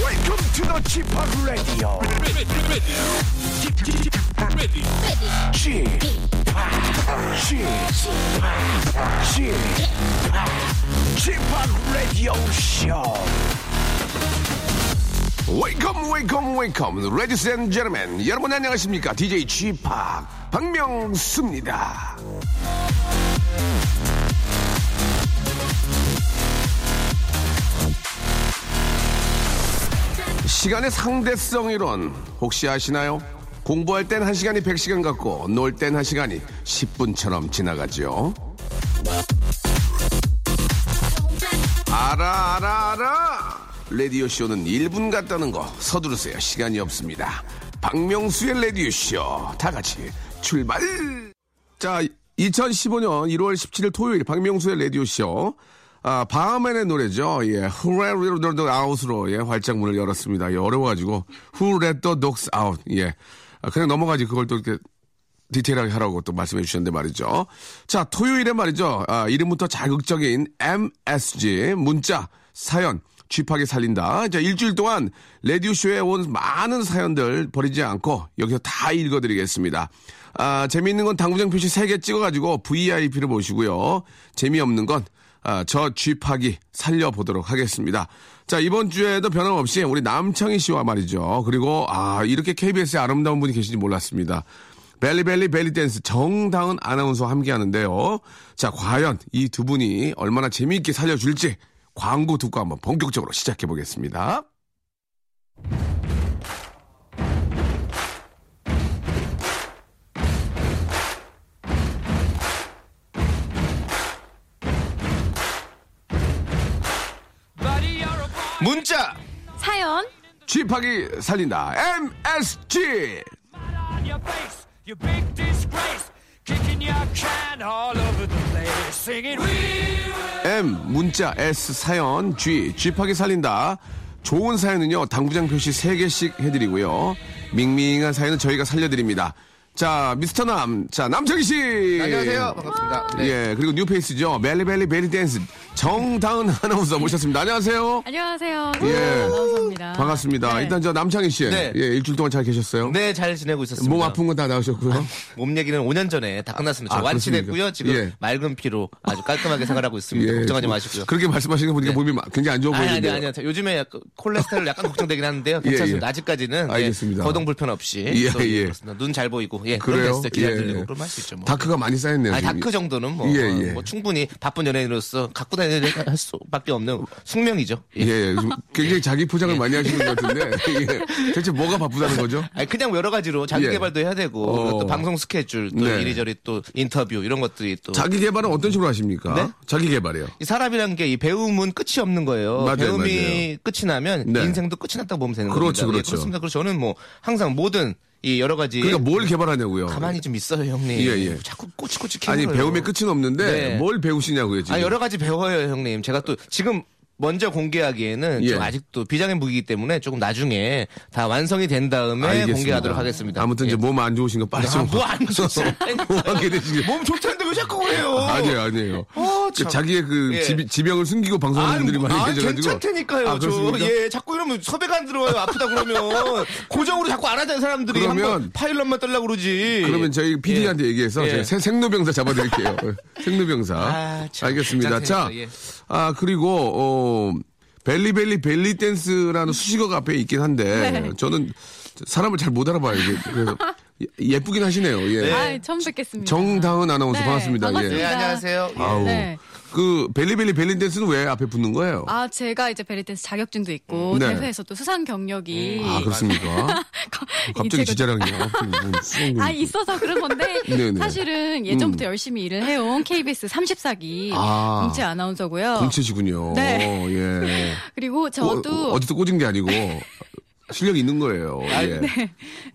welcome to the Chipak Radio. Chipak Radio Show. 웨이컴 웨이컴 웨이컴 레디스 앤 제르맨 여러분 안녕하십니까 DJ 지팍 박명수입니다 시간의 상대성 이론 혹시 아시나요? 공부할 땐 한시간이 100시간 같고 놀 땐 한시간이 10분처럼 지나가죠 알아 알아 알아 라디오 쇼는 1분 같다는 거 서두르세요 시간이 없습니다 박명수의 라디오 쇼다 같이 출발 자 2015년 1월 17일 토요일 박명수의 라디오 쇼 아, 바하맨의 노래죠. 예, Who Let the Dogs Out로 예, 활짝 문을 열었습니다. 예, 어려워가지고 Who Let the Dogs Out 예, 아, 그냥 넘어가지 그걸 또 이렇게 디테일하게 하라고 또 말씀해 주셨는데 말이죠. 자, 토요일에 말이죠. 아, 이름부터 자극적인 MSG 문자 사연 쥐파게 살린다. 자, 일주일 동안 레디오쇼에 온 많은 사연들 버리지 않고 여기서 다 읽어드리겠습니다. 아, 재미있는 건 당구장 표시 3개 찍어가지고 VIP를 모시고요. 재미없는 건 아, 저 쥐파기 살려보도록 하겠습니다. 자, 이번 주에도 변함없이 우리 남창희 씨와 말이죠. 그리고, 아, 이렇게 KBS에 아름다운 분이 계신지 몰랐습니다. 벨리벨리 벨리댄스 정다은 아나운서와 함께 하는데요. 자, 과연 이 두 분이 얼마나 재미있게 살려줄지 광고 듣고 한번 본격적으로 시작해 보겠습니다. 문자! 사연 쥐파기 살린다. MSG! M 문자 S 사연 G 쥐파기 살린다 좋은 사연은요 당구장 표시 3개씩 해드리고요 밍밍한 사연은 저희가 살려드립니다 자 미스터 남자 남정희씨 안녕하세요. 반갑습니다. 네. 예 그리고 뉴페이스죠 멜리벨리 베리댄스 정다은 아나운서 모셨습니다 안녕하세요 안녕하세요. 예. 반갑습니다. 반갑습니다 네. 일단 저 남창희씨 네. 예 일주일 동안 잘 계셨어요 네, 잘 지내고 있었습니다. 몸 아픈 건 다 나으셨고요 몸 얘기는 5년 전에 다 끝났습니다. 아, 저 그렇습니까? 완치됐고요. 지금 예. 맑은 피로 아주 깔끔하게 생활하고 있습니다. 예. 네. 걱정하지 마십시오. 그렇게 말씀하시는 거 보니까 네. 몸이 마- 굉장히 안 좋아 아니, 아니, 보이는데 아니, 아니. 요즘에 약간 콜레스테롤 약간 걱정되긴 하는데요. 예, 괜찮습니다. 예. 아직까지는. 예, 알겠습니다. 거동 불편 없이. 예, 또 예. 그렇습니다. 눈 잘 보이고. 예. 그래요? 그럼 됐어요. 기자 예. 들리고. 그럼 할 수 있죠. 뭐. 다크가 많이 쌓였네요 아니, 지금. 다크 정도는 뭐, 예, 예. 뭐 충분히 바쁜 연예인으로서 갖고 다녀야 할 수밖에 없는 숙명이죠. 예. 예, 좀 굉장히 자기 포장을 많이 하시는 것 같은데 예. 대체 뭐가 바쁘다는 거죠? 아니 그냥 뭐 여러 가지로 자기 예. 개발도 해야 되고 어. 그리고 또 방송 스케줄 또 네. 이리저리 또 인터뷰 이런 것들이 또 자기 개발은 어떤 식으로 하십니까? 네? 자기 개발이요. 이 사람이란 게 이 배움은 끝이 없는 거예요. 맞아요, 배움이 끝이 나면 네. 인생도 끝이 났다고 보면 되는 그렇죠, 겁니다. 예, 그렇죠. 그렇습니다. 그래서 저는 뭐 항상 모든 이 여러 가지 그러니까 뭘 개발하냐고요? 예. 가만히 좀 있어요, 형님. 예, 예. 자꾸 꼬치꼬치 캐요. 아니 배움의 끝은 없는데 네. 뭘 배우시냐고요 지금? 아 여러 가지 배워요, 형님. 제가 또 지금 먼저 공개하기에는 예. 좀 아직도 비장의 무기이기 때문에 조금 나중에 다 완성이 된 다음에 알겠습니다. 공개하도록 하겠습니다. 아무튼 이제 예. 몸 안 좋으신 거 빨리 아, 좀. 뭐안 좋습니다. 하게 되시게. 예. 몸 좋다는데 왜 자꾸 그래요? 아니에요, 아니에요. 어, 그 참. 자기의 그 예. 지, 지병을 숨기고 아, 방송하는 분들이 많이 아, 계셔가지고. 괜찮다니까요. 아, 저, 그렇습니까? 예, 자꾸 이러면 섭외가 안 들어와요. 아프다 그러면. 고정으로 자꾸 안 하잖아요, 사람들이. 그러면- 한번 파일럿만 떨려고 그러지. 그러면 저희 PD한테 예. 얘기해서 예. 제가 새- 생로병사 잡아드릴게요. 생로병사. 아, 참. 알겠습니다. 자, 괜찮으니까, 예. 아 그리고 어 벨리벨리 벨리 댄스라는 수식어가 앞에 있긴 한데 저는 사람을 잘 못 알아봐요. 이게. 그래서 예- 예쁘긴 하시네요. 예. 아, 처음 뵙겠습니다. 정다은 아나운서 네, 반갑습니다. 예. 반갑습니다. 네, 안녕하세요. 예. 아우. 네. 그 벨리벨리 벨리 댄스는 왜 앞에 붙는 거예요? 아 제가 이제 베리댄스 자격증도 있고 네. 대회에서 또 수상 경력이 아, 그렇습니까? 갑자기 예. 이제가- 지자랑이요. 어, 그, 뭐, 갑자기 무슨 수상이 아 있어서 그런 건데 네네. 음. 사실은 예전부터 열심히 일을 해온 KBS 34기 아. 공채 아나운서고요. 공채시군요. 네. 예. 그리고 저도 아, 어, 디서 꽂은 게 아니고 실력 있는 거예요. 예.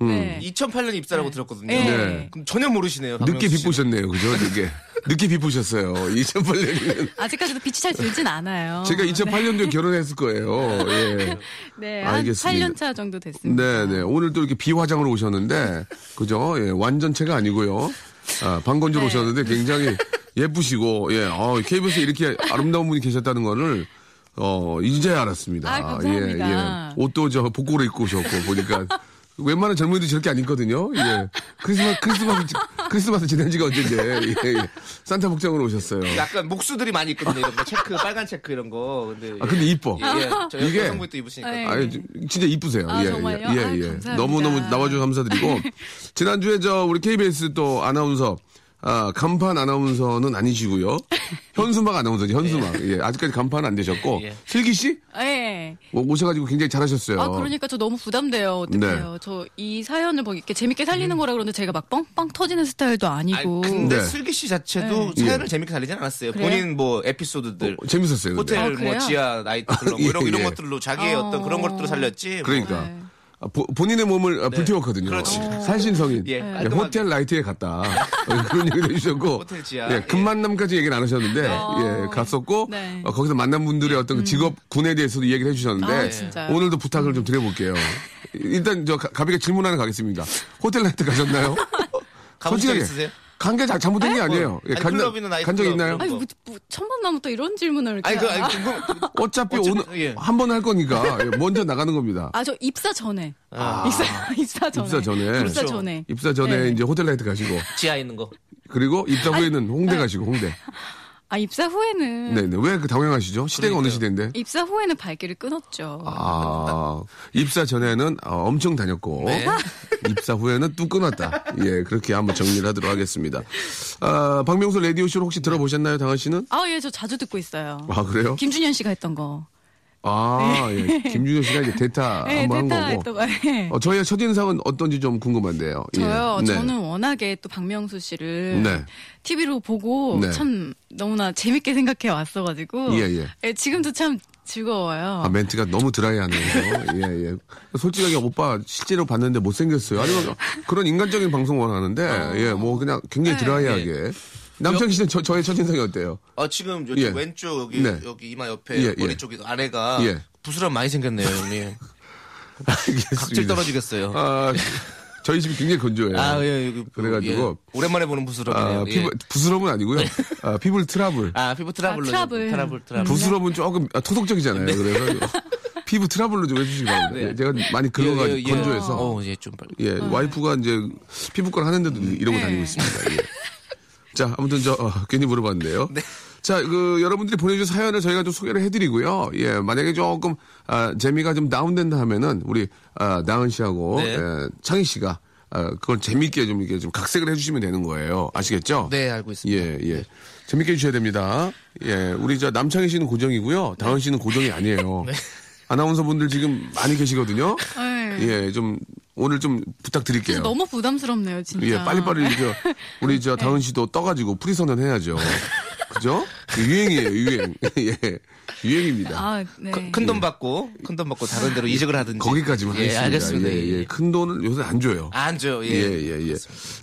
음. 네. 2008년 입사라고 들었거든요. 네. 그럼 전혀 모르시네요. 늦게 박명수 씨는. 비보셨네요. 그죠? 늦게. 늦게 비보셨어요. 2008년에는. 아직까지도 빛이 잘 들진 않아요. 제가 2008년도에 결혼했을 거예요. 예. 네, 한 알겠습니다. 8년 차 정도 됐습니다. 네, 네. 오늘 또 이렇게 비화장으로 오셨는데, 그죠? 예, 완전체가 아니고요. 아, 방건조로 네. 아, 오셨는데 굉장히 예쁘시고, 예, 어, KBS에 이렇게 아름다운 분이 계셨다는 거를 어, 이제 알았습니다. 아, 감사합니다. 예, 예. 옷도 저 복고를 입고 오셨고, 보니까. 웬만한 젊은이들 저렇게 안 입거든요. 예. 크리스마스, 크리스마스, 지- 크리스마스 지낸 지가 언제인데. 예, 예. 산타 복장으로 오셨어요. 약간 목수들이 많이 입거든요. 이런 거 체크, 빨간 체크 이런 거. 근데 아, 근데 이뻐. 예, 저 이게- 여성분 또 입으시니까. 네. 아니, 예, 지- 진짜 이쁘세요. 아, 예, 정말요? 예, 아, 예. 감사합니다. 너무너무 나와주셔서 감사드리고. 지난주에 저, 우리 KBS 또 아나운서, 아, 간판 아나운서는 아니시고요. 현수막 아나운서죠, 현수막. 예, 아직까지 간판 안 되셨고. 예. 슬기씨? 예. 오셔가지고 굉장히 잘하셨어요. 아, 그러니까 저 너무 부담돼요. 네. 어떡해요. 저 이 사연을 뭐 이렇게 재밌게 살리는 거라 그러는데 제가 막 빵빵 터지는 스타일도 음. 아니, 아니고. 네. 근데 네. 슬기 씨 자체도 사연을 재밌게 달리진 않았어요. 그래요? 본인 뭐 에피소드들. 어, 재밌었어요. 근데. 호텔 아, 뭐 그래요? 지하 나이트 클럽 뭐 예, 이런, 이런 예. 것들로 자기의 어. 어... 떤 그런 것들로 살려지. 뭐. 그러니까 네. 아, 보- 본인의 몸을 아, 불태웠거든요. 네. 그렇지. 살신성인. 예, 예, 네. 깔끔하게. 호텔 라이트에 갔다. 어, 그런 얘기를 해주셨고. 호텔 지하. 예, 금만남까지 얘기를 안 하셨는데, 어. 예, 갔었고, 네. 음. 어, 거기서 만난 분들의 예. 어떤 그 직업 군에 대해서도 얘기를 해주셨는데, 아, 진짜요? 음. 오늘도 부탁을 좀 드려볼게요. 일단 저 가- 가비가 질문 하나 가겠습니다. 호텔 라이트 가셨나요? 가본 적 있으세요? 뭐, 간게 잘못된 게 아니에요. 예, 아니, 클럽이나 나이트 간적 클럽 있나요? 그런 아니, 뭐, 뭐, 천번 나면 또 이런 질문을 이렇게. 아니, 그, 하나? 아니, 궁금, 어차피 어차피- 오늘 예. 한 번 할 거니까 예, 먼저 나가는 겁니다. 아, 저 입사 전에. 아. 입사, 입사 전에. 입사 전에. 입사 그렇죠. 전에. 입사 전에 네. 이제 호텔 라이트 가시고 지하에 있는 거. 그리고 입사 후에는 홍대 가시고 홍대. 아, 입사 후에는. 네네 왜 그 당황하시죠? 시대가 어느 그러니까요. 시대인데? 입사 후에는 발길을 끊었죠. 아 입사 전에는 어, 엄청 다녔고 네. 입사 후에는 뚝 끊었다. 예 그렇게 한번 정리를 하도록 하겠습니다. 아 박명수 라디오 쇼를 혹시 들어보셨나요, 당한 씨는? 아, 예, 저 자주 듣고 있어요. 아 그래요? 김준현 씨가 했던 거. 아 예. 김준현 씨가 이제 대타 아, 예, 한번 대타 한 했던 거고. 거. 예. 어, 저희의 첫 인상은 어떤지 좀 궁금한데요. 예. 저요. 네. 저는 워낙에 또 박명수 씨를 네. TV로 보고 네. 참 너무나 재밌게 생각해 왔어가지고 예, 예. 지금도 참 즐거워요. 아, 멘트가 너무 드라이하네요. 예, 예. 솔직하게 오빠 실제로 봤는데 못생겼어요. 아니면 그런 인간적인 방송 원하는데, 예, 뭐 그냥 굉장히 네. 예. 드라이하게. 남창희 씨는 저, 저의 첫인상이 어때요? 아, 지금 요 예. 왼쪽 여기, 네. 여기 이마 옆에 예, 예. 머리 쪽이 아래가 예. 부스럼 많이 생겼네요, 형님. 각질 알겠습니다. 떨어지겠어요. 아, 아, 저희 집이 굉장히 건조해요. 예, 여기. 그래가지고. 예. 오랜만에 보는 부스럼이네요. 아, 예. 피부, 부스럼은 아니고요. 아, 피부 트러블. 아, 네. 피부 트러블로. 아, 트러블. 트러블, 트러블. 부스럼은 조금 아, 토속적이잖아요. 그래서 피부 트러블로 좀 해주시기 바랍니다. 네. 제가 많이 긁어가지고 예, 예, 예. 건조해서. 어, 음. 네. 예, 좀 빨리. 예, 와이프가 이제 피부과 하는데도 이러고 다니고 있습니다. 예. 자, 아무튼 저 어, 괜히 물어봤는데요. 네. 자, 그 여러분들이 보내주신 사연을 저희가 좀 소개를 해드리고요. 예, 만약에 조금 아, 재미가 좀 다운된다 하면은 우리 아, 나은 씨하고 네. 예, 창희 씨가 아, 그걸 재밌게 좀 이렇게 좀 각색을 해주시면 되는 거예요. 아시겠죠? 네, 알고 있습니다. 예, 예. 재밌게 해주셔야 됩니다. 예, 우리 저 남창희 씨는 고정이고요. 다은 네. 씨는 고정이 아니에요. 아나운서 분들 지금 많이 계시거든요. 예. 예, 좀 오늘 좀 부탁드릴게요. 그래서 너무 네. 부담스럽네요, 진짜. 예, 빨리빨리 저 우리 저 다은 씨도 떠가지고 프리선언 해야죠. 그죠? 유행이에요, 유행. 예, 유행입니다. 아, 네. 그, 큰 돈 받고, 큰 돈 받고 다른 데로 이직을 하든지. 예. 거기까지만 예, 하겠습니다. 알겠습니다. 예, 예. 큰 돈을 요새 안 줘요. 안 줘요, 예. 예, 예, 예.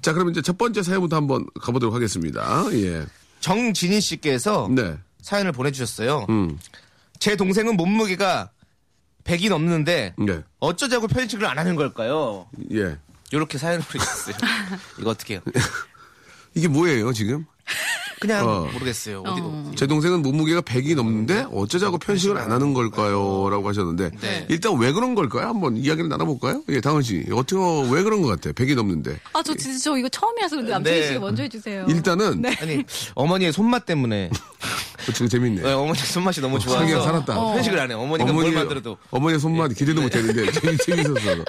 자, 그럼 이제 첫 번째 사연부터 한번 가보도록 하겠습니다. 예. 정진희 씨께서 네. 음. 사연을 보내주셨어요. 제 동생은 몸무게가 100이 넘는데 네. 어쩌자고 편식을 안 하는 걸까요? 예. 이렇게 사연을 보내주셨어요. 이거 어떻게 해요? 이게 뭐예요, 지금? 그냥 어. 모르겠어요. 어디 어. 제 동생은 몸무게가 100이 넘는데 어쩌자고 편식을 안 하는 걸까요? 라고 하셨는데 네. 일단 왜 그런 걸까요? 한번 이야기를 나눠볼까요? 예, 당은 씨. 어떻게, 왜 그런 것 같아요? 100이 넘는데. 아, 저 진짜 저 이거 처음이라서 근데 남창희 네. 씨가 먼저 해주세요. 일단은 네. 아니 어머니의 손맛 때문에 어, 지금 재밌네. 네, 어머니 손맛이 너무 좋아서 자기가 살았다. 어. 편식을 안 해요. 어머니가 뭘 만들어도 예. 어머니의 손맛 기대도 못했는데 재미- 재밌었어.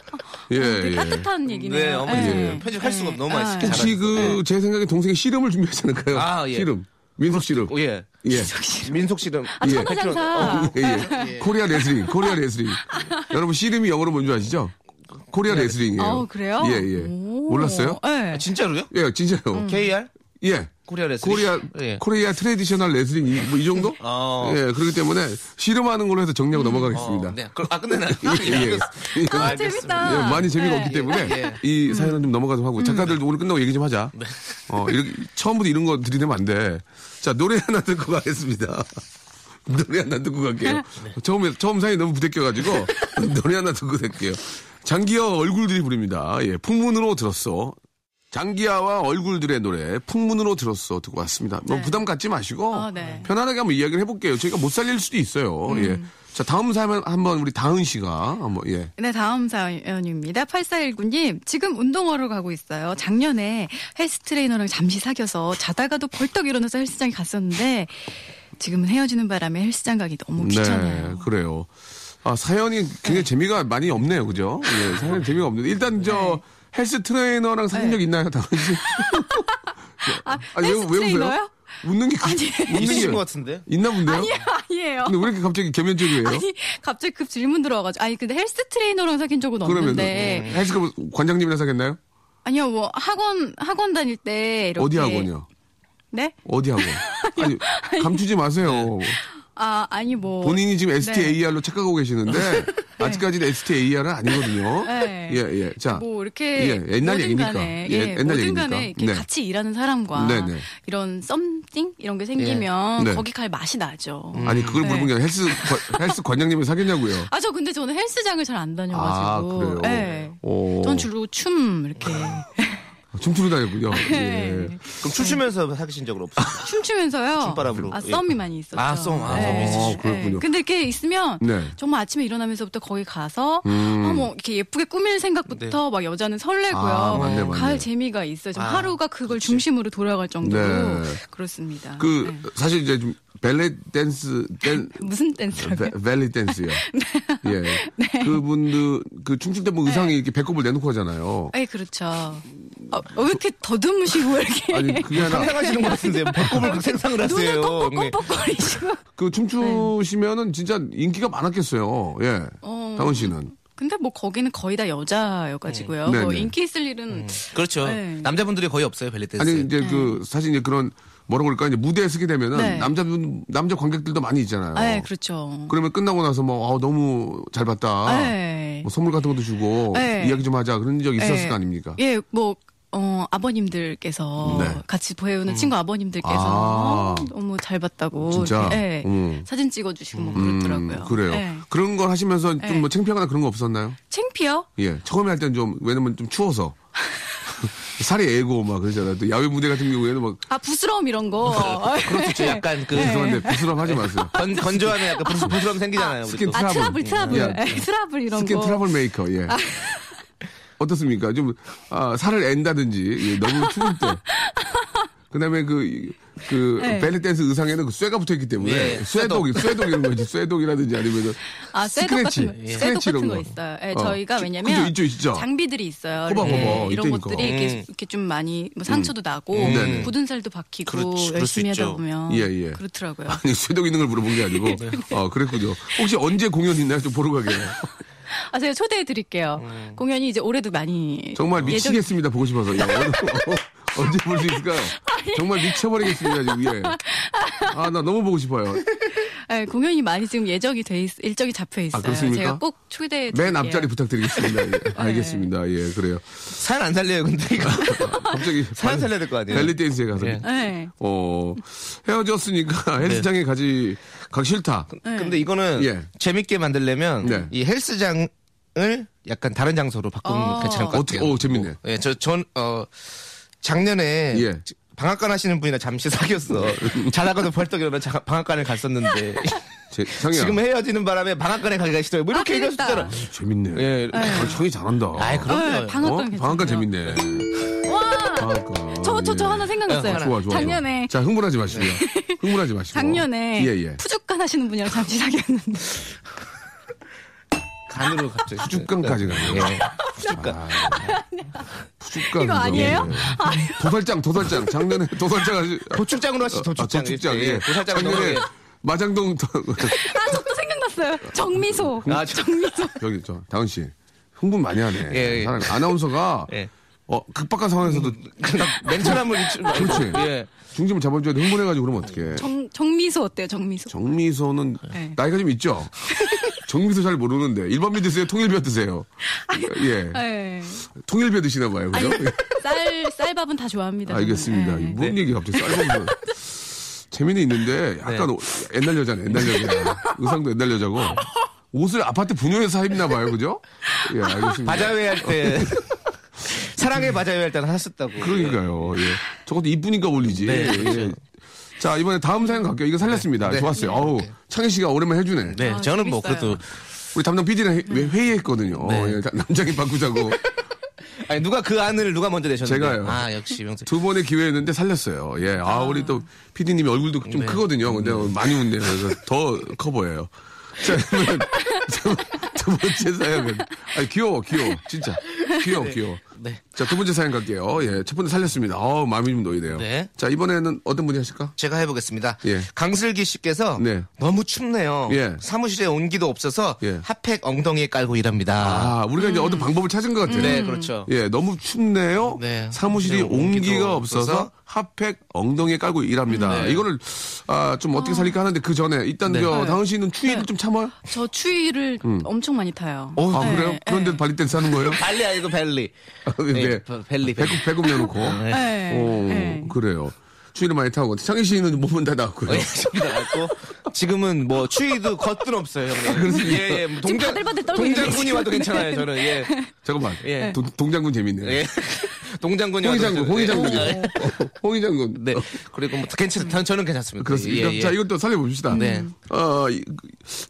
예, 되게 예. 따뜻한 얘기네요. 네, 어머니 예. 지금 편집할 수가 없- 너무 아, 많이 혹시 잘하셨어. 그 제 생각에 동생이 씨름을 준비하지 않을까요? 네. 아, 예. 씨름. 민속 씨름. 오, 예. 어. 예. 민속 씨름 아, 예. 천하장사. 예, 예. 코리아 레슬링, 코리아 레슬링. 여러분, 씨름이 영어로 뭔지 아시죠? 코리아 레슬링이에요. 아, 그래요? 예, 예. 오. 몰랐어요? 예. 아, 음. 진짜로요? 예, 진짜요. KR 예. 코리아 레슬 코리아, 예. 코리아 트레디셔널 레슬링, 이, 뭐이 정도? 어. 예, 그렇기 때문에 씨름하는 걸로 해서 정리하고 넘어가겠습니다. 어, 네. 그럼 아 근데 나 예. 아, 알겠습니다. 재밌다. 예, 많이 재미가 네. 없기 때문에 이 사연은 좀 넘어가서 음. 하고 작가들도 오늘 끝나고 얘기 좀 하자. 네. 어, 이렇게 처음부터 이런 거 들이대면 안 돼. 자 노래 하나 듣고 가겠습니다. 노래 하나 듣고 네. 갈게요. 처음에 처음 사연 너무 부대껴가지고 노래 하나 듣고 갈게요. 장기여 얼굴들이 부릅니다. 예, 풍문으로 들었어. 장기하와 얼굴들의 노래 풍문으로 들었어 듣고 왔습니다. 너무 네. 부담 갖지 마시고 아, 네. 음. 편안하게 한번 이야기를 해볼게요. 저희가 못 살릴 수도 있어요. 예. 자 다음 사연 한번 우리 다은 씨가 한번 예. 네, 다음 사연입니다. 8419님, 지금 운동하러 가고 있어요. 작년에 헬스 트레이너랑 잠시 사귀어서 자다가도 벌떡 일어나서 헬스장에 갔었는데, 지금은 헤어지는 바람에 헬스장 가기 네. 너무 귀찮아요. 네. 그래요. 아, 사연이 굉장히 재미가 많이 없네요. 그죠? 예, 사연 재미가 없는데. 일단 네. 저 헬스 트레이너랑 사귄 적 있나요, 당시? 아, 아니, 헬스 트레이너요? 웃는 게, 그- 아니. 웃는 게 있으신 것 같은데? 있나 본데요? 아니에요, 아니에요. 근데 왜 이렇게 갑자기 겸연적이에요? 아니, 갑자기 급 질문 들어와가지고. 아니, 근데 헬스 트레이너랑 사귄 적은 그러면 없는데. 헬스클럽 관장님이랑 사귀었나요? 아니요, 뭐, 학원, 학원 다닐 때, 이렇게. 어. 어디 학원이요? 네? 어디 학원? 아니, 감추지 마세요. 아, 아니, 뭐. 네. 본인이 지금 STAR로 착각하고 계시는데, 아직까지는 STAR은 아니거든요. 네. 예, 예. 자. 뭐 이렇게 예, 옛날 뭐든 얘기니까. 간에, 예, 예, 옛날 뭐든 얘기니까. 간에 이렇게 네. 같이 일하는 사람과 네, 네. 이런 썸띵 이런 게 생기면 네. 거기 갈 맛이 나죠. 아니 그걸 네. 물어본 게 아니라 헬스 관- 헬스 관장님을 사귀냐고요. 아 저 근데 저는 헬스장을 잘 안 아 그래요. 다녀가지고, 예. 오. 전 주로 춤 이렇게 아, 춤추러 다녔군요. 예. 네. 그럼 춤추면서 사귀신 적은 없어요? 춤추면서요. 춤바람으로. 아 예. 썸이 많이 있었죠. 아, 썸. 아, 예. 썸이 있으시구나. 예. 그렇군요. 근데 이렇게 있으면 네. 음. 정말 아침에 일어나면서부터 거기 가서 아, 뭐 이렇게 예쁘게 꾸밀 생각부터 막 여자는 설레고요. 아, 맞네, 맞네. 가을 재미가 있어요. 지금 네. 아, 하루가 그걸 중심으로 돌아갈 정도로 네. 그렇습니다. 그 네. 사실 이제 좀 벨레 댄스 댄 무슨 댄스라고요? 베- 벨리 댄스요. 네. 예. 그분들 그 춤출 때 뭐 의상에 이렇게 배꼽을 내놓고 하잖아요. 예, 그렇죠. 아, 왜 이렇게 더듬으시고 이렇게 아니 그게 아니라 생각하시는 것 같은데 배꼽을 그렇게 생상을 눈을 하세요. 뻑뻑뻑뻑거리시고. 그 춤추시면은 진짜 인기가 많았겠어요. 예. 네. 어. 다은 씨는 근데 뭐 거기는 거의 다 여자여가지고요. 네, 뭐 네. 인기 있을 일은 그렇죠. 네. 남자분들이 거의 없어요 벨리 댄스. 아니 이제 그 사실 이제 그런 뭐라고 그럴까 이제 무대에 서게 되면은 네. 남자분 남자 관객들도 많이 있잖아요. 예, 그렇죠. 그러면 끝나고 나서 뭐 아, 너무 잘 봤다. 예. 뭐 선물 같은 것도 주고 네. 이야기 좀 하자 그런 적 있었을 예. 거 아닙니까? 예, 뭐, 어, 아버님들께서 네. 같이 보여오는 친구 아버님들께서 아. 너무 잘 봤다고. 진짜? 이렇게, 예, 음. 사진 찍어주시고 뭐 음, 그렇더라고요. 그래요. 예. 그런 걸 하시면서 예. 좀 뭐 창피하거나 그런 거 없었나요? 창피요? 예. 처음에 할 때는 좀 왜냐면 좀 추워서 살이 애고 막 그러잖아요. 또 야외 무대 같은 경우에는 막 아, 부스러움 이런 거. 그렇죠. 약간 예. 그 네. 죄송한데 부스럼 하지 마세요. 건, 건조하면 약간 부스, 부스럼 생기잖아요. 우리 스킨 또. 아, 트러블, 트러블. 예. 예, 트러블 이런 스킨 거. 아. 트러블 메이커. 예. 어떻습니까? 좀 아, 살을 앤다든지 예, 너무 추울 때. 그다음에 그. 그 예. 벨리 댄스 의상에는 그 쇠가 붙어 있기 때문에 예, 쇠독 쇠독 이런 거지 쇠독이라든지 아니면 아, 쇠독 스크래치, 예. 같은 거, 스크래치 쇠독 같은 이런 거, 거. 있어요. 예, 어. 저희가 지- 왜냐면 그죠, 있죠, 있죠. 장비들이 있어요. 호박, 이렇게 호박. 이런 이때니까. 것들이 이렇게, 음. 이렇게 좀 많이 뭐 상처도 나고 음. 네네. 굳은 살도 박히고 그렇지, 그럴 수 열심히 하다 있죠. 보면 예, 예. 그렇더라고요. 아니 쇠독 있는 걸 물어본 게 아니고 어 그랬군요. 혹시 언제 공연 있나요? 좀 보러 가게. 아, 제가 초대해 드릴게요. 공연이 이제 올해도 많이. 음. 정말 예정- 미치겠습니다. 보고 싶어서. 야, 오늘- 뭐, 언제 볼 수 있을까요? 정말 미쳐버리겠습니다 지금. 예. 아나 너무 보고 싶어요. 네, 공연이 많이 지금 예정이 돼 있, 일정이 잡혀 있어요. 아, 그렇습니까? 제가 꼭 초대해 드릴게요. 네. 맨 앞자리 부탁드리겠습니다. 예, 알겠습니다. 예 그래요. 사연 안 살려요 근데 이거. 갑자기 사연 살려야 될 거 아, 아니에요. 벨리 댄스에 가서. 예. 네. 어 헤어졌으니까 헬스장에 가지 가기 싫다. 네. 근데 이거는 예. 재밌게 만들려면 네. 이 헬스장을 약간 다른 장소로 바꾸면 어. 괜찮을 것 같아요. 어떻게- 오, 재밌네. 뭐, 예, 저 전 어 작년에 예. 방학간 하시는 분이랑 잠시 사귀었어. 자다가도 벌떡 일어나 자- 방학간을 갔었는데 제, 상이야. 지금 헤어지는 바람에 방학간에 가기가 싫어요. 뭐 이렇게 아, 얘기할 수 재밌다. 있잖아. 재밌네. 예. 아, 청이 잘한다. 아이 그럼요. 네, 방학간 어? 괜찮죠. 방학간 재밌네. 와! 방학간. 저, 저, 저 예. 하나 생각났어요. 좋아, 좋아, 좋아. 작년에. 네. 자, 흥분하지 마시고요. 흥분하지 마시고. 작년에 예, 예. 푸죽간 하시는 분이랑 잠시 사귀었는데 간으로 갑자기 푸죽간까지 가요. 예. 아, 푸죽간. 이거 아니에요? 예, 예. 도살장, 도살장. 작년에 도살장 하시. 도축장으로 하시죠. 아, 도축장. 도축장. 예, 예. 도살장으로 작년에 넘어가게. 마장동. 아 저도 생각났어요 정미소 아, 저- 여기 저 다은 씨 흥분 많이 하네. 예, 예. 사람, 아나운서가 예. 어 극박한 상황에서도 그 맨처럼을 그렇지. 예. 중심을 잡아줘야 돼. 흥분해가지고 그러면 어떡해. 정, 정미소 어때요 정미소 정미소는 네. 나이가 좀 있죠. 정미소 잘 모르는데 일반비 드세요, 통일비 드세요. 예, 네. 통일비 드시나 봐요, 그죠? 쌀, 쌀밥은 다 좋아합니다 저는. 알겠습니다. 네. 뭔 얘기 갑자기 쌀밥으로. 재미는 있는데 약간 오- 옛날 여자네, 옛날 여자. 의상도 옛날 여자고 옷을 아파트 분유회사 입나 봐요, 그죠? 예, 알겠습니다. 바자회 할 때 사랑에 맞아요 일단 하셨다고. 그러니까요. 예. 저것도 이쁘니까 올리지. 네, 예. 그렇죠. 자, 이번에 다음 사연 갈게요. 이거 살렸습니다. 네. 좋았어요. 어우, 창희 씨가 오랜만에 해주네. 네, 아, 저는 뭐 재밌어요. 그래도 우리 담당 PD랑 회의했거든요. 네. 예, 남장이 바꾸자고. 아니 누가 그 안을 누가 먼저 내셨는데? 제가요. 아 역시 명수. 두 번의 기회였는데 살렸어요. 예. 아, 우리 또 PD님이 얼굴도 좀 네. 크거든요. 근데 많이 웃네요. 그래서 더 커 보여요. 자, 그러면 두, 두 번째 사연은. 아니, 귀여워, 귀여워. 진짜. 귀여워, 귀여워. 네. 자, 두 번째 사연 갈게요. 예. 첫 번째 살렸습니다. 어우, 마음이 좀 놓이네요. 네. 자, 이번에는 어떤 분이 하실까? 제가 해보겠습니다. 예. 강슬기 씨께서 네. 너무 춥네요. 예. 사무실에 온기도 없어서 예. 핫팩 엉덩이에 깔고 일합니다. 아, 우리가 이제 어떤 방법을 찾은 것 같아요. 네, 그렇죠. 예, 너무 춥네요. 네. 사무실이 사무실에 온기가 온기도 없어서 없어서 음, 핫팩 엉덩이에 깔고 일합니다. 이거를 아, 좀 어떻게 살릴까 하는데 그 전에 일단 네. 저 네. 당은 씨는 추위를 좀 참아요? 저 추위를 엄청 많이 타요. 음. 어, 아, 네, 그래요? 그런데 네. 발리 댄스 하는 거예요? 발리 아니고 벨리. 예, 네. 벨- 벨리, 벨리. 배꼽, 배꼽 내놓고. 어, 네, 오, 네. 그래요. 추위를 많이 타고. 창희 씨는 몸은 다 나왔고요. 예, 저기 나갔고 지금은 뭐 추위도 겉은 없어요. 아, 형님. 예, 예. 뭐 동장, 바들바들 떨고 있는데, 동장군이 지금. 와도 괜찮아요. 저는 예. 잠깐만. 예. 동- 동장군 재밌네요. 예. 동장군이 와도 홍의장군, 홍의장군. 괜찮아요. 예. 홍의장군. 네. 그리고 뭐 괜찮다. 저는 괜찮습니다. 그렇습니까? 예, 예. 자, 이것도 살려봅시다. 네. 어, 이-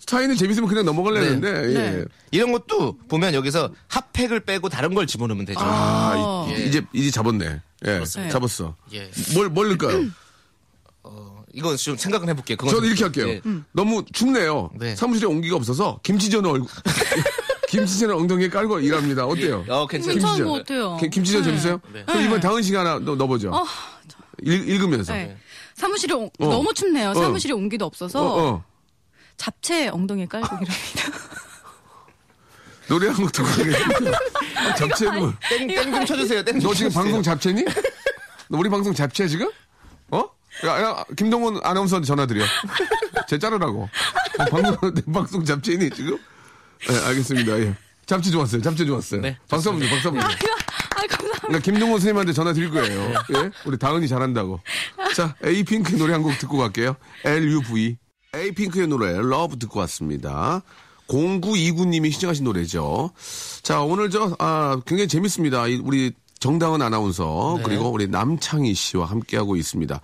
차이는 재밌으면 그냥 넘어갈려 했는데, 예. 네. 이런 것도 보면 여기서 핫팩을 빼고 다른 걸 집어넣으면 되죠. 아, 이- 예. 이제, 이제 잡았네. 예. 그렇습니다. 잡았어. 예. 뭘, 뭘 넣을까요? 어, 이건 좀 생각은 해볼게요. 그건 저는 좀- 이렇게 할게요. 예. 너무 춥네요. 네. 사무실에 온기가 없어서 김치전을 얼굴, 김치전을 엉덩이에 깔고 일합니다. 어때요? 어, 네. 괜찮아요. 괜찮은 것 같아요. 김- 김치전 재밌어요? 그럼 이번 다은 씨가 하나 넣- 넣어보죠. 어, 읽, 읽으면서. 네. 사무실에 온- 너무 춥네요. 어. 사무실에 온기도 없어서 어, 어. 잡채 엉덩이에 깔고 이럽니다. 노래 한 곡 듣고 가겠습니다. 아, 잡채는. 땡좀 쳐주세요. 땡. 너 좀 지금 쳐주세요. 어, 방송 잡채니? 너 우리 방송 잡채 지금? 어? 야, 야, 김동훈 아나운서한테 전화드려. 제 자르라고. 어, 방송, 내 방송 잡채니 지금? 네, 알겠습니다. 예. 잡채 좋았어요. 잡채 좋았어요. 네, 박수 한번 줘, 박수 한번 줘. 아, 감사합니다. 나 그러니까 김동훈 선생님한테 전화 드릴 거예요. 예? 우리 다은이 잘한다고. 자, 에이핑크 노래 한 곡 듣고 갈게요. LUV. 에이핑크의 노래, 러브 듣고 왔습니다. 0929님이 신청하신 노래죠. 자, 오늘 저, 아, 굉장히 재밌습니다. 이 우리 정다은 아나운서, 네. 그리고 우리 남창희 씨와 함께하고 있습니다.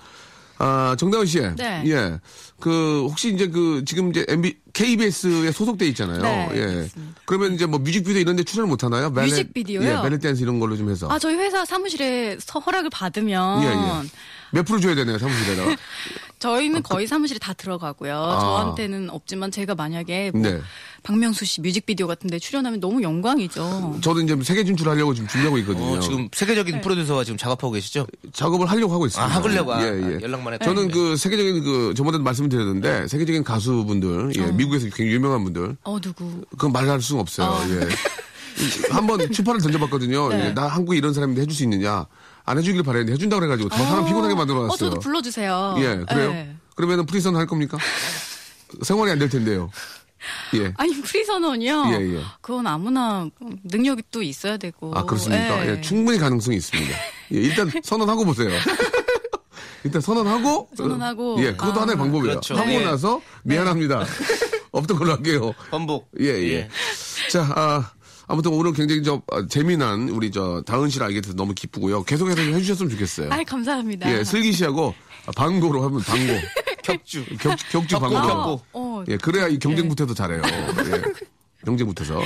아, 정다은 씨. 네. 예. 그, 혹시 이제 그, 지금 이제 MB, KBS에 소속돼 있잖아요. 네, 예. 그렇습니다. 그러면 이제 뭐 뮤직비디오 이런 데 출연을 못 하나요? 멜레- 뮤직비디오요? 예, 멜레 댄스 이런 걸로 좀 해서. 아, 저희 회사 사무실에 서- 허락을 받으면 예, 어. 예. 몇 프로 줘야 되나요, 사무실에다가? 저희는 거의 사무실에 다 들어가고요. 아. 저한테는 없지만 제가 만약에 뭐 네. 박명수 씨 뮤직비디오 같은데 출연하면 너무 영광이죠. 저도 이제 세계 진출하려고 지금 준비하고 있거든요. 어, 지금 세계적인 프로듀서가 지금 작업하고 계시죠? 작업을 하려고 하고 있습니다. 예, 아, 하려고. 아, 연락만 했다. 네. 저는 그 세계적인 그 저번에도 말씀드렸는데 세계적인 가수분들, 어. 예, 미국에서 굉장히 유명한 분들, 어, 누구? 그건 말할 수는 없어요. 예. 한번 추파를 던져봤거든요. 네. 예, 나 한국에 이런 사람인데 해줄 수 있느냐? 안 해주길 바랬는데 해준다 그래가지고 더 사람 어. 피곤하게 만들어놨어요. 어, 저도 불러주세요. 예, 그래요? 네. 예. 그러면은 프리선 할 겁니까? 생활이 안 될 텐데요. 예. 아니 프리선언이요. 예, 예. 그건 아무나 능력이 또 있어야 되고. 아 그렇습니까? 예. 예, 충분히 가능성이 있습니다. 예, 일단 선언하고 보세요. 일단 선언하고 선언하고. 예 그것도 아. 하나의 방법이에요. 그렇죠. 하고 네. 나서 미안합니다. 없던 걸로 할게요. 번복. 예 예. 예. 자 아, 아무튼 오늘 굉장히 저 아, 재미난 우리 저 다은 씨를 알게 돼서 너무 기쁘고요. 계속해서 좀 해주셨으면 좋겠어요. 아이 감사합니다. 예 슬기 씨하고 방고로 하면 방고 격주. 격, 격주 격고, 방고. 격고. 어, 예 그래야 이 경쟁 붙어도 잘해요. 예. 경쟁 붙어서.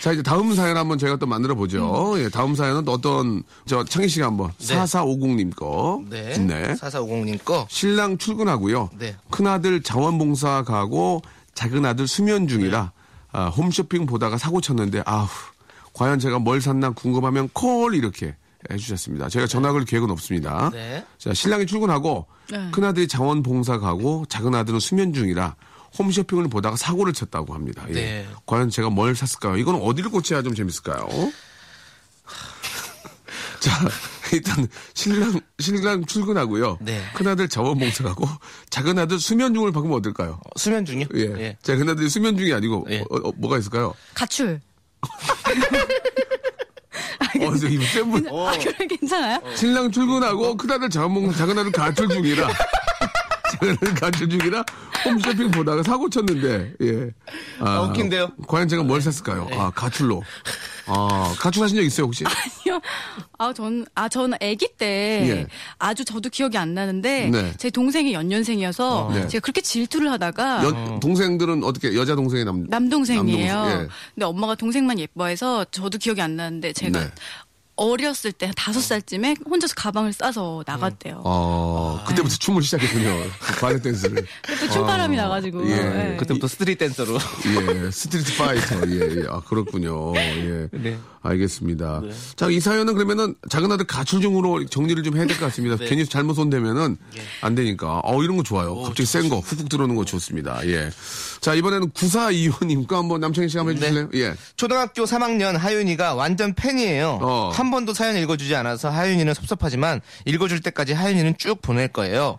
자 이제 다음 사연 한번 저희가 또 만들어 보죠. 예, 다음 사연은 또 어떤 저 창희 씨가 한번 4450님 거. 네. 네. 4450님 거. 신랑 출근하고요. 네. 큰아들 자원봉사 가고 작은 아들 수면 네. 중이라 아, 홈쇼핑 보다가 사고 쳤는데 아우 과연 제가 뭘 샀나 궁금하면 콜 이렇게 해주셨습니다. 저희가 전화 걸 계획은 없습니다. 네. 자 신랑이 출근하고 네. 큰아들이 자원봉사 가고 작은 아들은 수면 중이라 홈쇼핑을 보다가 사고를 쳤다고 합니다. 예. 네. 과연 제가 뭘 샀을까요? 이건 어디를 고쳐야 좀 재밌을까요? 자, 일단 신랑 신랑 출근하고요. 네. 큰아들 자원봉사하고 작은 아들 수면 중을 바꾸면 어떨까요? 어, 수면 중이요? 예. 작은 아들이 수면 중이 아니고 예. 어, 어, 뭐가 있을까요? 가출. 어, 저기 센 분. 아 그래 괜찮아요? 신랑 출근하고 큰아들 자원봉사 작은 아들 가출 중이라. 작은 아들 가출 중이라 홈쇼핑 보다가 사고 쳤는데 예. 아, 아, 웃긴데요? 과연 제가 뭘 샀을까요? 아 가출로 아, 가출하신 적 있어요, 혹시? 아니요. 아, 전, 아, 전 아기 때 예. 아주 저도 기억이 안 나는데 네. 제 동생이 연년생이어서 네. 제가 그렇게 질투를 하다가 아. 연, 동생들은 어떻게, 여자 동생이 남, 남동생이에요. 남동생, 예. 근데 엄마가 동생만 예뻐해서 저도 기억이 안 나는데 제가 네. 어렸을 때 한 다섯 살쯤에 혼자서 가방을 싸서 나갔대요. 어, 아, 그때부터 예. 춤을 시작했군요. 바레 댄스를. 그때 춤바람이 아. 나가지고. 예. 예. 그때부터 스트릿 댄서로. 예, 스트리트 파이터. 예, 예. 아, 그렇군요. 예. 네. 알겠습니다. 자, 이 사연은 그러면은 작은 아들 가출 중으로 정리를 좀 해야 될 것 같습니다. 네. 괜히 잘못 손대면은 안 되니까. 어, 이런 거 좋아요. 갑자기 센 거, 훅훅 들어오는 거 좋습니다. 예. 자, 이번에는 구사 이호님과 한번 남창희 씨가 네. 한번 해주실래요? 예. 초등학교 3학년 하윤이가 완전 팬이에요. 어. 한 번도 사연 읽어주지 않아서 하윤이는 섭섭하지만 읽어줄 때까지 하윤이는 쭉 보낼 거예요.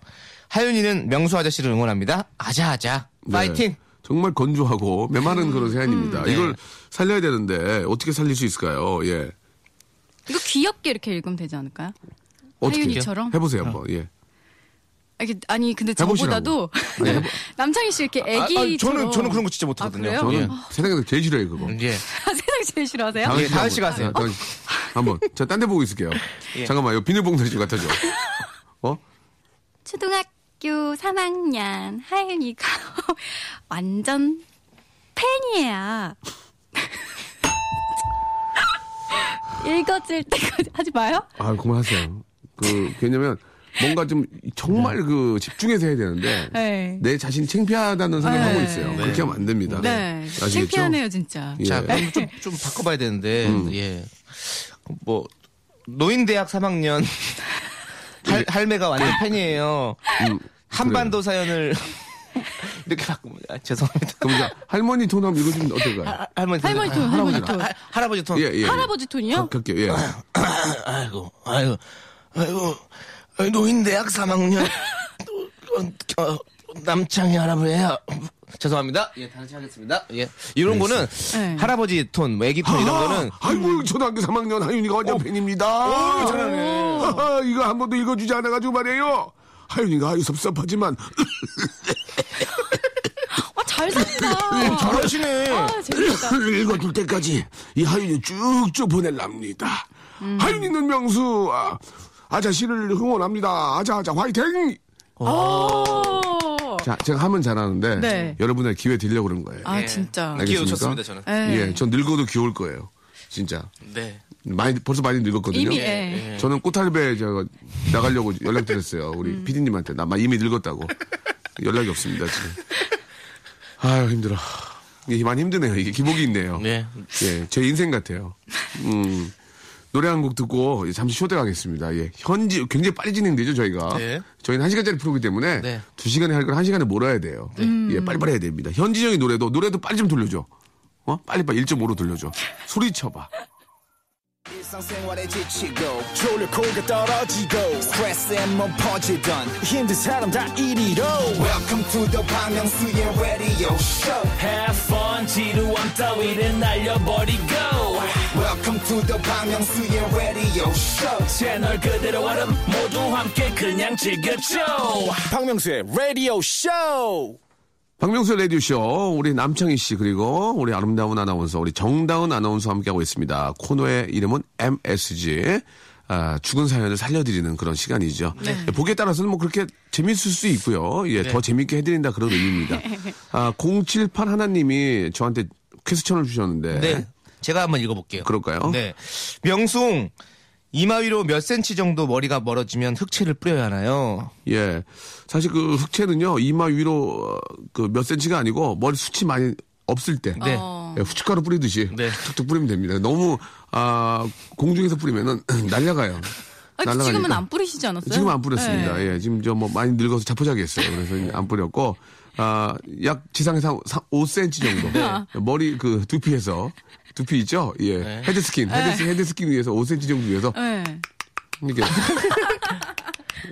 하윤이는 명수 아저씨를 응원합니다. 아자아자. 네. 파이팅! 음, 네. 정말 건조하고 메마른 그런 사연입니다. 이걸 살려야 되는데 어떻게 살릴 수 있을까요? 예. 이거 귀엽게 이렇게 읽으면 되지 않을까요? 어떻게 하윤이처럼? 해보세요 한번. 예. 이렇게- 아니 근데 해보시라고. 저보다도 남창희 씨 이렇게 애기 예. 아, 아, 저는, 저는 그런 거 진짜 못하거든요. 아, 그래요? 아, 저는 예. 세상에서 제일 싫어요 그거. 예. 세상 제일 싫어하세요? 예, 다은 한번. 씨가 하세요. 예. 아, 다은 씨. 한번. 자, 딴 데 보고 있을게요. 잠깐만요. 비닐봉투 좀 갖다 줘. 어? 초등학교 3학년 하윤이가 완전 팬이야. 읽어줄 때까지 하지 마요. 아, 그만하세요. 그, 왜냐면, 뭔가 좀, 네. 정말 그, 집중해서 해야 되는데, 네. 내 자신이 창피하다는 생각을 네. 하고 있어요. 그렇게 하면 안 됩니다. 네. 예. 아시겠죠? 창피하네요, 진짜. 예. 자, 그럼 좀, 좀 바꿔봐야 되는데, 예. 뭐, 노인대학 3학년 할, 할매가 완전 팬이에요. 음, 한반도 사연을 이렇게 바꾸면, 아, 죄송합니다. 그럼 이제 할머니 톤 한번 읽어주면 어떨까요? 할- 할머니 톤. 할머니 톤, 아, 할머니 아, 톤. 할- 할아버지 톤. 예, 예. 할아버지 톤이요? 갈게요, 예. 아이고, 아이고, 아이고, 아이고, 노인대학 3학년 어, 어, 남창희 할아버지야. 죄송합니다. 예, 다시 하겠습니다. 예. 이런 거는 네. 할아버지 톤, 애기 톤 이런 거는 아, 아이고, 초등학교 3학년 하윤이가 완전 팬입니다. 하하, 이거 한 번도 읽어주지 않아가지고 말이에요. 하윤이가 아유 섭섭하지만 아, 잘 예, 산다. 잘하시네. 아, 재밌다. 읽어줄 때까지 이 하윤이 쭉쭉 보낼랍니다. 음. 하윤이는 명수 아, 아자씨를 응원합니다. 아자아자 화이팅! 오. 자, 제가 하면 잘하는데 네. 여러분의 기회 드리려고 그런 거예요. 아, 진짜. 알겠습니까? 귀여우셨습니다, 저는. 네. 예, 전 늙어도 귀여울 거예요. 진짜. 네. 많이 벌써 많이 늙었거든요. 이미, 예. 저는 꽃할배 제가 나가려고 연락드렸어요. 음. 우리 p 피디님한테 나 마- 이미 늙었다고 연락이 없습니다 지금. 아유 힘들어. 이게 많이 힘드네요. 이게 기복이 있네요. 네. 예, 제 인생 같아요. 음. 노래 한 곡 듣고 잠시 쇼대가겠습니다. 예, 현지 굉장히 빨리 진행되죠 저희가. 네. 저희는 한 시간짜리 프로기 때문에 네. 두 시간에 할 걸 한 시간에 몰아야 돼요. 예, 빨리빨리 해야 됩니다. 현지적인 노래도 노래도 빨리 좀 돌려줘. 어, 빨리빨리 1.5로 돌려줘. 소리쳐봐. 일상생활에 지치고, 졸려 코가 떨어지고, 스트레스에 몸 퍼지던, 힘든 사람 다 이리로. welcome to the Bang Myung-soo's radio show Have fun 지루한 따위를 날려버리고 welcome to the Bang Myung-soo's radio show 채널 그대로 얼음 모두 함께 그냥 즐겨줘 박명수의 radio show 박명수 라디오쇼, 우리 남창희 씨, 그리고 우리 아름다운 아나운서, 우리 정다운 아나운서와 함께하고 있습니다. 코너의 이름은 MSG. 아, 죽은 사연을 살려드리는 그런 시간이죠. 보기에 따라서는 뭐 그렇게 재밌을 수 있고요. 예, 더 재밌게 해드린다 그런 의미입니다. 아, 078 하나님이 저한테 퀘스천을 주셨는데. 네. 제가 한번 읽어볼게요. 그럴까요? 네. 명숭, 이마 위로 몇 센치 정도 머리가 멀어지면 흑채를 뿌려야 하나요? 예. 사실 그 흑채는요, 이마 위로 그 몇 센치가 아니고 머리 숱이 많이 없을 때. 네. 예, 후춧가루 뿌리듯이 네. 툭툭 뿌리면 됩니다. 너무 아 공중에서 뿌리면은 날라가요. 아, 날라가니까. 지금은 안 뿌리시지 않았어요? 지금 안 뿌렸습니다. 네. 예, 지금 저 뭐 많이 늙어서 자포자기했어요. 그래서 이제 안 뿌렸고 아약 지상에서 5cm 정도 네. 머리 그 두피에서 두피 있죠? 예, 헤드 스킨, 헤드, 헤드 스킨 위에서 5cm 정도 위에서 네. 이렇게.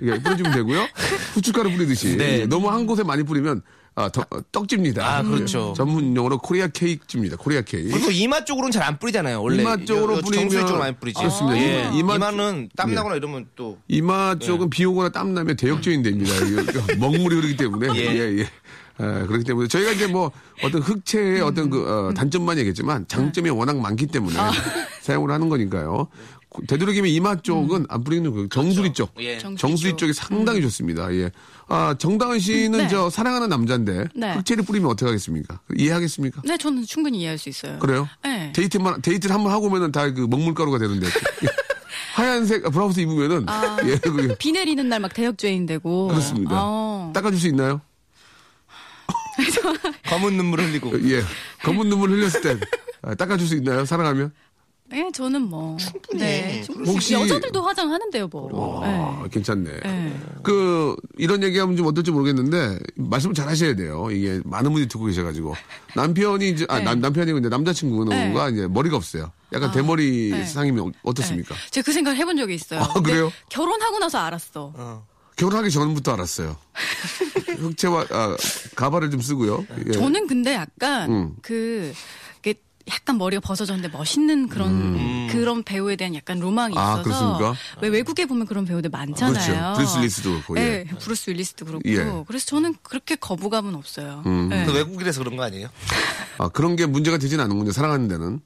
이렇게 뿌려주면 되고요. 후춧가루 뿌리듯이. 네. 예, 너무 한 곳에 많이 뿌리면 아, 더- 어, 떡집니다. 아, 그렇죠. 예, 전문 용어로 코리아 케이크집니다. 코리아 케이크. 그리고 이마 쪽으로는 잘 안 뿌리잖아요. 원래 이마 쪽으로 요- 요 뿌리면- 정수리 쪽으로 많이 뿌리지. 그렇습니다. 예. 이마- 이마- 이마, 는 땀나거나 이러면 또 네. 음. 이마 쪽은 비 오거나 땀 나면 대역죄인 됩니다. 이거 먹물이 흐르기 때문에. 예, 예. 예. 에, 그렇기 때문에 저희가 이제 뭐 어떤 흑채의 음, 어떤 그 어, 단점만 네. 얘기했지만 장점이 워낙 많기 때문에 아. 사용을 하는 거니까요. 고- 되도록이면 이마 쪽은 안 뿌리는 그 정수리 쪽, 예. 음. 그렇죠. 정수리 정수리 쪽. 쪽이 상당히 좋습니다. 예. 아 정당은 씨는 음, 네. 저 사랑하는 남자인데 네. 흑채를 뿌리면 어떻게 하겠습니까? 이해하겠습니까? 네, 저는 충분히 이해할 수 있어요. 그래요? 네. 데이트만 데이트를 한번 하고 오면은 다 그 먹물가루가 되는데 하얀색 아, 브라우스 입으면은 아. 예, 그, 비 내리는 날 막 대역죄인 되고. 그렇습니다. 어. 닦아줄 수 있나요? 검은 눈물 흘리고. 예. 검은 눈물 흘렸을 때 아, 닦아줄 수 있나요? 사랑하면? 예, 저는 뭐. 충분히. 네, 충분히. 혹시- 여자들도 화장하는데요, 뭐. 아, 네. 괜찮네. 네. 그 이런 얘기하면 좀 어떨지 모르겠는데 말씀을 잘 하셔야 돼요. 이게 많은 분이 듣고 계셔가지고 남편이 이제 아, 네. 남, 남편이 근데 남자친구가 네. 뭔가 이제 머리가 없어요. 약간 대머리 네. 상이면 어- 어떻습니까? 네. 제가 그 생각을 해본 적이 있어요. 아, 근데 그래요? 아. 결혼하고 나서 알았어. 결혼하기 전부터 알았어요. 흑채와 아, 가발을 좀 쓰고요. 예. 저는 근데 약간 음. 그 이게 약간 머리가 벗어졌는데 멋있는 그런 그런 배우에 대한 약간 로망이 음. 아, 있어서 그렇습니까? 왜 외국에 보면 그런 배우들 많잖아요. 그렇죠. 브루스 윌리스도 그렇고, 예. 네, 브루스 윌리스도 그렇고. 예. 음. 그래서 저는 그렇게 거부감은 없어요. 네. 또 외국이라서 그런 거 아니에요? 아, 그런 게 문제가 되진 않은군요. 사랑하는 데는.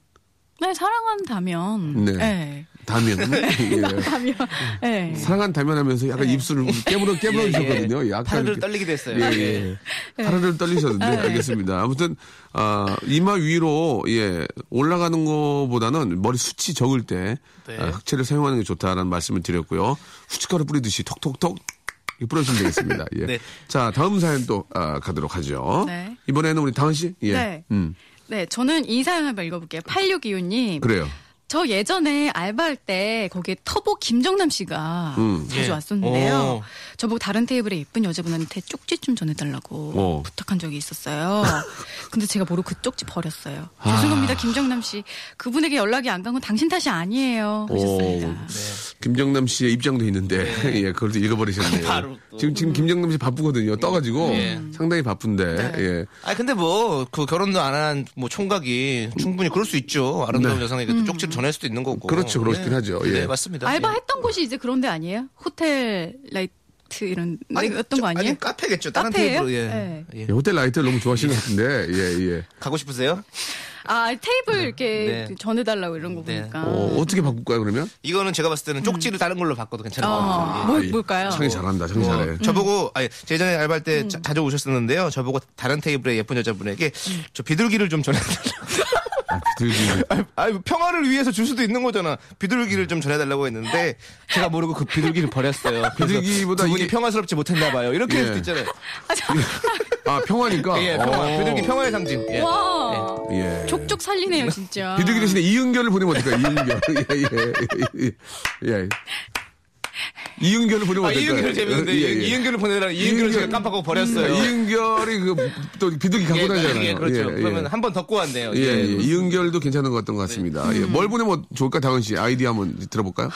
네, 사랑한다면. 네. 음. 네. 다면. 예. 사랑한다면. 네. 사랑한 담면하면서 약간 입술을 깨물어 깨물어 주셨거든요. 약간 네. 예, 팔을 이렇게. 떨리게 네. 됐어요. 예, 예. 팔을 떨리셨는데 알겠습니다. 아무튼 아, 이마 위로 예 올라가는 거보다는 머리 숱이 적을 때 네. 아, 흑채를 사용하는 게 좋다라는 말씀을 드렸고요. 후춧가루 뿌리듯이 톡톡톡 이렇게 뿌려주면 되겠습니다. 예. 네. 자 다음 사연 또 아, 가도록 하죠. 네. 이번에는 우리 다은 씨. 예. 네. 음 네, 저는 이 사연 한번 읽어볼게요. 8625님. 그래요. 저 예전에 알바할 때 거기에 터보 김정남 씨가 음. 자주 예. 왔었는데요. 오. 저보고 다른 테이블에 예쁜 여자분한테 쪽지 좀 전해달라고 오. 부탁한 적이 있었어요. 근데 제가 모르고 그 쪽지 버렸어요. 아. 죄송합니다, 김정남 씨. 그분에게 연락이 안 간 건 당신 탓이 아니에요. 하셨습니다. 네. 김정남 씨의 입장도 있는데 예 그걸 또 읽어버리셨네요. 바로 또. 지금 지금 김정남 씨 바쁘거든요. 떠가지고 예. 상당히 바쁜데 예. 아 근데 뭐 그 결혼도 안 한 뭐 총각이 충분히 그럴 수 있죠. 아름다운 여성에게 또 쪽지를 전할 수도 있는 거고. 네. 그렇죠, 그렇긴 하죠. 예. 네, 맞습니다. 음. 예. 알바했던 곳이 이제 그런 데 아니에요? 호텔 라이트 이런 어떤 거 저- 아니에요? 카페겠죠. 다른 카페예요? 네. 테이블. 예. 예. 예, 호텔 라이트를 너무 좋아하시는 것 같은데, 예, 예. 가고 싶으세요? 아 테이블 이렇게 네. 전해달라고 이런 거 네. 보니까. 어, 떻게 바꿀까요, 그러면? 이거는 제가 봤을 때는 쪽지를 다른 걸로 바꿔도 괜찮을 것 음. 어, 같아요. 뭘, 이- 뭘까요? 창이 잘한다, 창이 뭐, 잘해. 저보고 아니 제 전에 알바할 때 자, 자주 오셨었는데요. 저보고 다른 테이블에 예쁜 여자분에게 저 비둘기를 좀 전해달라고. 아, 비둘기. 아니, 아니, 평화를 위해서 줄 수도 있는 거잖아. 비둘기를 좀 전해달라고 했는데 제가 모르고 그 비둘기를 버렸어요. 그래서 비둘기보다 두 분이 이게- 평화스럽지 못했나 봐요. 이렇게 할 예. 수도 있잖아요. 아, 저- 아, 평화니까. 예, 평화. 어. 비둘기 평화의 상징. 예. 와. 예. 족족 살리네요, 진짜. 비둘기 아. 대신에 이은결을 보내면 어떨까요, 이은결. 예, 예, 예, 예. 이은결을 보내면 아, 어떨까요? 이은결 재밌는데 예, 예. 이은결을 보내달라. 이은결을 제가 깜빡하고 버렸어요. 이은결이 그, 또 비둘기 예, 갖고 다니잖아요. 예, 그렇죠. 예, 예. 그러면 한 번 더 꼬았네요. 네. 음. 예, 예. 예. 이은결도 괜찮은 것 같던 것 같습니다. 예. 뭘 보내면 좋을까, 다은 씨? 아이디어 한번 들어볼까요?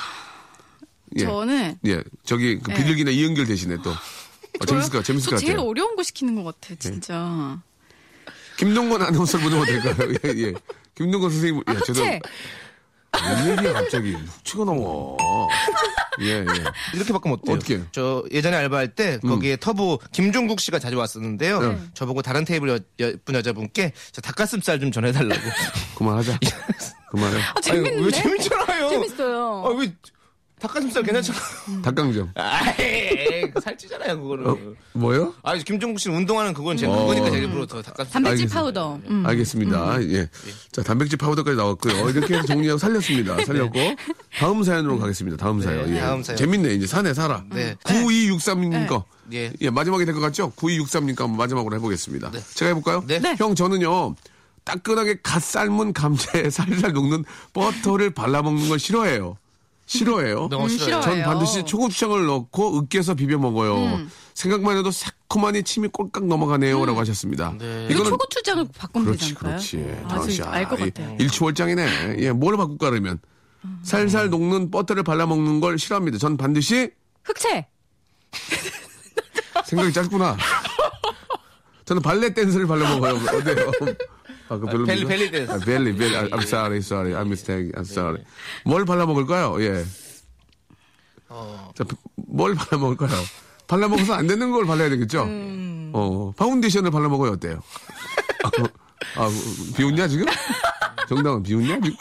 예. 저는 예, 저기 그 비둘기나 이은결 대신에 또 어, 재밌을 것 같- 재밌을 것 네. 저 제일 같아요. 네. 어려운 거 시키는 것 같아, 진짜. 김동건 아나운서를 보내면 어떨까요? 예, 예. 김동건 선생님, 예, 흑채. 무슨 얘기야 갑자기 훅치가 넘어. 예, 예. 이렇게 바꾸면 어때요? 어떻게 해요? 음. 저 예전에 알바할 때 거기에 터보 김종국 씨가 자주 왔었는데요. 네. 저보고 다른 테이블 여, 예쁜 여자분께 저 닭가슴살 좀 전해달라고. 그만하자. 그만해. 아, 재밌는데? 아니, 왜 재밌잖아요. 재밌어요. 아, 왜 닭가슴살 괜찮잖아요. 닭강정. 아이, 살찌잖아요, 그거를. 어, 뭐요? 아, 김종국 씨는 운동하는 그건 제가 어. 그거니까 제가 일부러 더 닭가슴살. 단백질 알겠습니다. 네. 파우더. 음. 알겠습니다. 예. 자, 단백질 파우더까지 나왔고요. 어, 이렇게 해서 정리하고 살렸습니다. 살렸고. 다음 사연으로 가겠습니다. 다음 사연. 예. 네. 다음 사연. 재밌네. 이제 산에 살아. 네. 9263님 거. 예. 예, 마지막이 될 것 같죠? 9263님 거 한번 마지막으로 해보겠습니다. 제가 해볼까요? 네. 네. 형, 저는요. 따끈하게 갓 삶은 감자에 살살 녹는 버터를 발라먹는 걸 싫어해요. 싫어해요. 너무 싫어요. 음. 전 음, 싫어해요. 반드시 초고추장을 넣고 으깨서 비벼 먹어요. 생각만 해도 새콤하니 침이 꼴깍 넘어가네요. 라고 하셨습니다. 이거 초고추장을 바꾸면 그렇지, 되지 않을까요? 그렇지. 아, 진짜 알것 같아요. 일치월장이네. 예, 뭘 바꿀까 그러면. 살살 녹는 버터를 발라먹는 걸 싫어합니다. 전 반드시 흑채. 생각이 짧구나. 저는 발레 댄스를 발라먹어요. 어때요? 아, 그 별로. 벨리, 벨리 댄스. 아, 벨리, 벨리. 아, I'm sorry, sorry. I'm mistake. I'm sorry. 뭘 발라먹을까요? 예. 자, 뭘 발라먹을까요? 발라먹어서 안 되는 걸 발라야 되겠죠? 어, 파운데이션을 발라먹어요, 어때요? 아, 어, 비웃냐, 지금? 정당은 비웃냐? 비-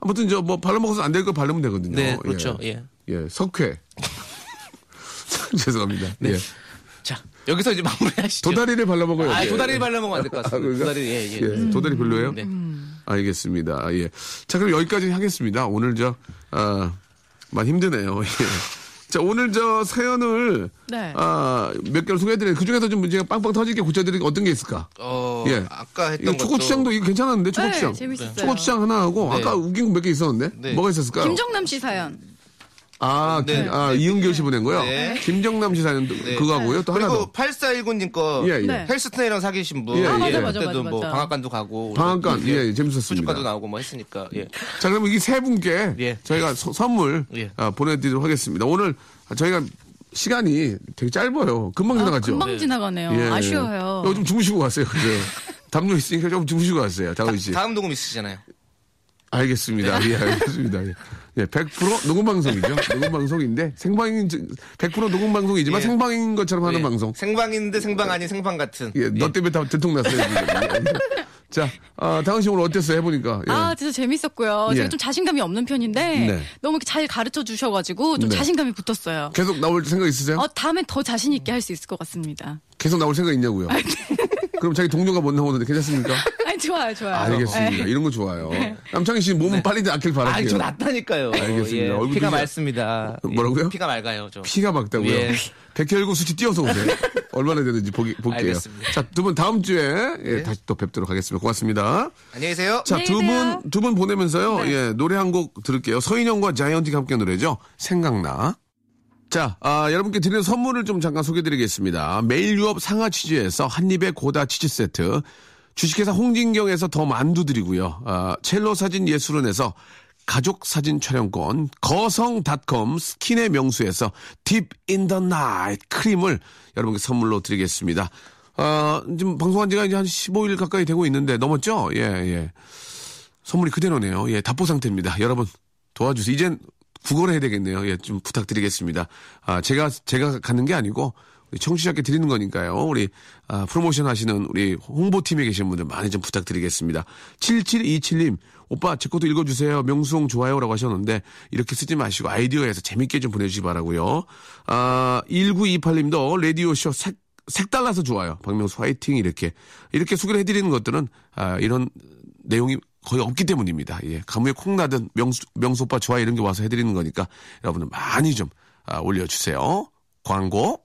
아무튼, 저, 뭐, 발라먹어서 안 될 거 바르면 되거든요. 네, 그렇죠. 예. 예, 석회. 죄송합니다. 네. 예. 자, 여기서 이제 마무리하시죠. 도다리를 발라먹어요. 아, 어때요? 도다리 발라먹으면 안 될 것 아, 같습니다. 그런가? 도다리, 예, 예. 도다리 별로예요? 네. 알겠습니다. 아, 예. 자, 그럼 여기까지 하겠습니다. 오늘 저, 아, 많이 힘드네요. 예. 자, 오늘 저 사연을, 네. 아, 몇 개를 소개해드렸는데, 그 중에서 좀 문제가 빵빵 터지게 고쳐드리는 게 어떤 게 있을까? 어, 예. 아까 했던 이거 것도 초고추장도 이거 괜찮았는데, 초고추장. 네, 재밌었어요. 초고추장 하나 하고, 네. 아까 웃긴 거 몇 개 있었는데, 네. 뭐가 있었을까요? 김정남 씨 사연. 아, 김- 네. 아, 이은결 씨 보낸 거요? 네. 김정남 씨 사연 그거 하고요. 또 하나 그리고 더. 8419님 거 예, 예. 네. 헬스트레이너 사귀신 분. 예, 아, 맞아, 예. 맞아, 그때도 맞아, 뭐 맞아. 방앗간도 가고. 방앗간, 그래서 예, 재밌었습니다. 수족관도 나오고 뭐 했으니까. 예. 자, 그러면 이 세 분께 예. 저희가 소- 선물 예. 아, 보내드리도록 하겠습니다. 오늘 저희가 시간이 되게 짧아요. 금방 아, 지나갔죠? 금방 지나가네요. 예. 아쉬워요. 어, 좀 주무시고 가세요. 그죠? 담요 있으니까 좀 주무시고 가세요. 다은 씨. 다음 네. 녹음 있으시잖아요. 알겠습니다. 예, 알겠습니다. 예. 예, 100% 녹음방송이죠. 녹음방송인데, 생방인, 100% 녹음방송이지만 예. 생방인 것처럼 하는 예. 방송. 생방인데 생방 아닌 생방 같은. 예, 너 때문에 다 들통났어요. 지금. 예. 자, 아, 다은 씨 오늘 어땠어요? 해보니까. 예. 아, 진짜 재밌었고요. 예. 제가 좀 자신감이 없는 편인데 네. 너무 잘 가르쳐 주셔가지고 좀 네. 자신감이 붙었어요. 계속 나올 생각 있으세요? 어, 다음에 더 자신 있게 할 수 있을 것 같습니다. 계속 나올 생각 아, 있냐고요. 네. 그럼 자기 동료가 못 나오는데 괜찮습니까? 아니, 좋아요, 좋아요. 알겠습니다. 이런 거 좋아요. 남창희 씨 몸은 빨리 낫길 바랄게요. 네. 아니, 저 낫다니까요. 예. 알겠습니다. 얼굴 피가 눈이- 맑습니다. 예, 뭐라고요? 피가 맑아요, 저. 피가 막다고요. 예. 백혈구 수치 띄어서 오세요. 얼마나 되는지 보기, 볼게요. 알겠습니다. 네. 자, 두 분 다음 주에 예, 다시 또 뵙도록 하겠습니다. 고맙습니다. 안녕히 계세요. 자, 안녕히 두 계세요. 분, 두 분 보내면서요. 예, 노래 한 곡 들을게요. 서인영과 자이언티가 함께 노래죠. 생각나. 자, 아, 여러분께 드리는 선물을 좀 잠깐 소개드리겠습니다. 매일 유업 상하 치즈에서 한입의 고다 치즈 세트, 주식회사 홍진경에서 더 만두 드리고요. 아, 첼로 사진 예술원에서 가족 사진 촬영권, 거성닷컴 스킨의 명수에서 딥 인 더 나이트 크림을 여러분께 선물로 드리겠습니다. 아, 지금 방송한 지가 이제 한 15일 가까이 되고 있는데 넘었죠? 예, 예. 선물이 그대로네요. 예, 답보 상태입니다. 여러분 도와주세요. 이젠 구걸 해야 되겠네요. 예, 좀 부탁드리겠습니다. 아, 제가 제가 갖는 게 아니고 우리 청취자께 드리는 거니까요. 우리 아, 프로모션 하시는 우리 홍보팀에 계신 분들 많이 좀 부탁드리겠습니다. 7727님 오빠 제 것도 읽어주세요. 명수홍 좋아요라고 하셨는데 이렇게 쓰지 마시고 아이디어에서 재밌게 좀 보내주시기 바라고요. 아, 1928님도 라디오 쇼 색, 색달라서 좋아요. 박명수 화이팅 이렇게 이렇게 소개를 해드리는 것들은 아, 이런 내용이 거의 없기 때문입니다. 예. 가무에 콩나든 명수, 명수 오빠 좋아 이런 게 와서 해드리는 거니까 여러분은 많이 좀 아, 올려주세요. 광고.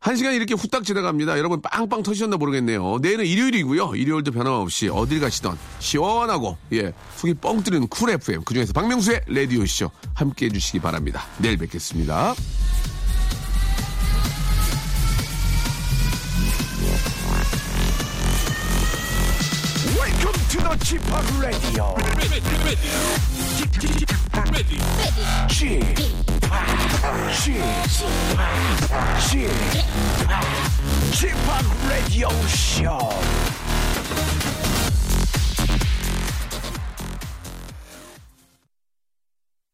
한 시간 이렇게 후딱 지나갑니다. 여러분 빵빵 터지셨나 모르겠네요. 내일은 일요일이고요. 일요일도 변함없이 어딜 가시던 시원하고 예 속이 뻥 뚫리는 쿨 FM 그중에서 박명수의 라디오 쇼 함께해 주시기 바랍니다. 내일 뵙겠습니다. Welcome to the Chip Radio. Chip Chip Chip Radio Show.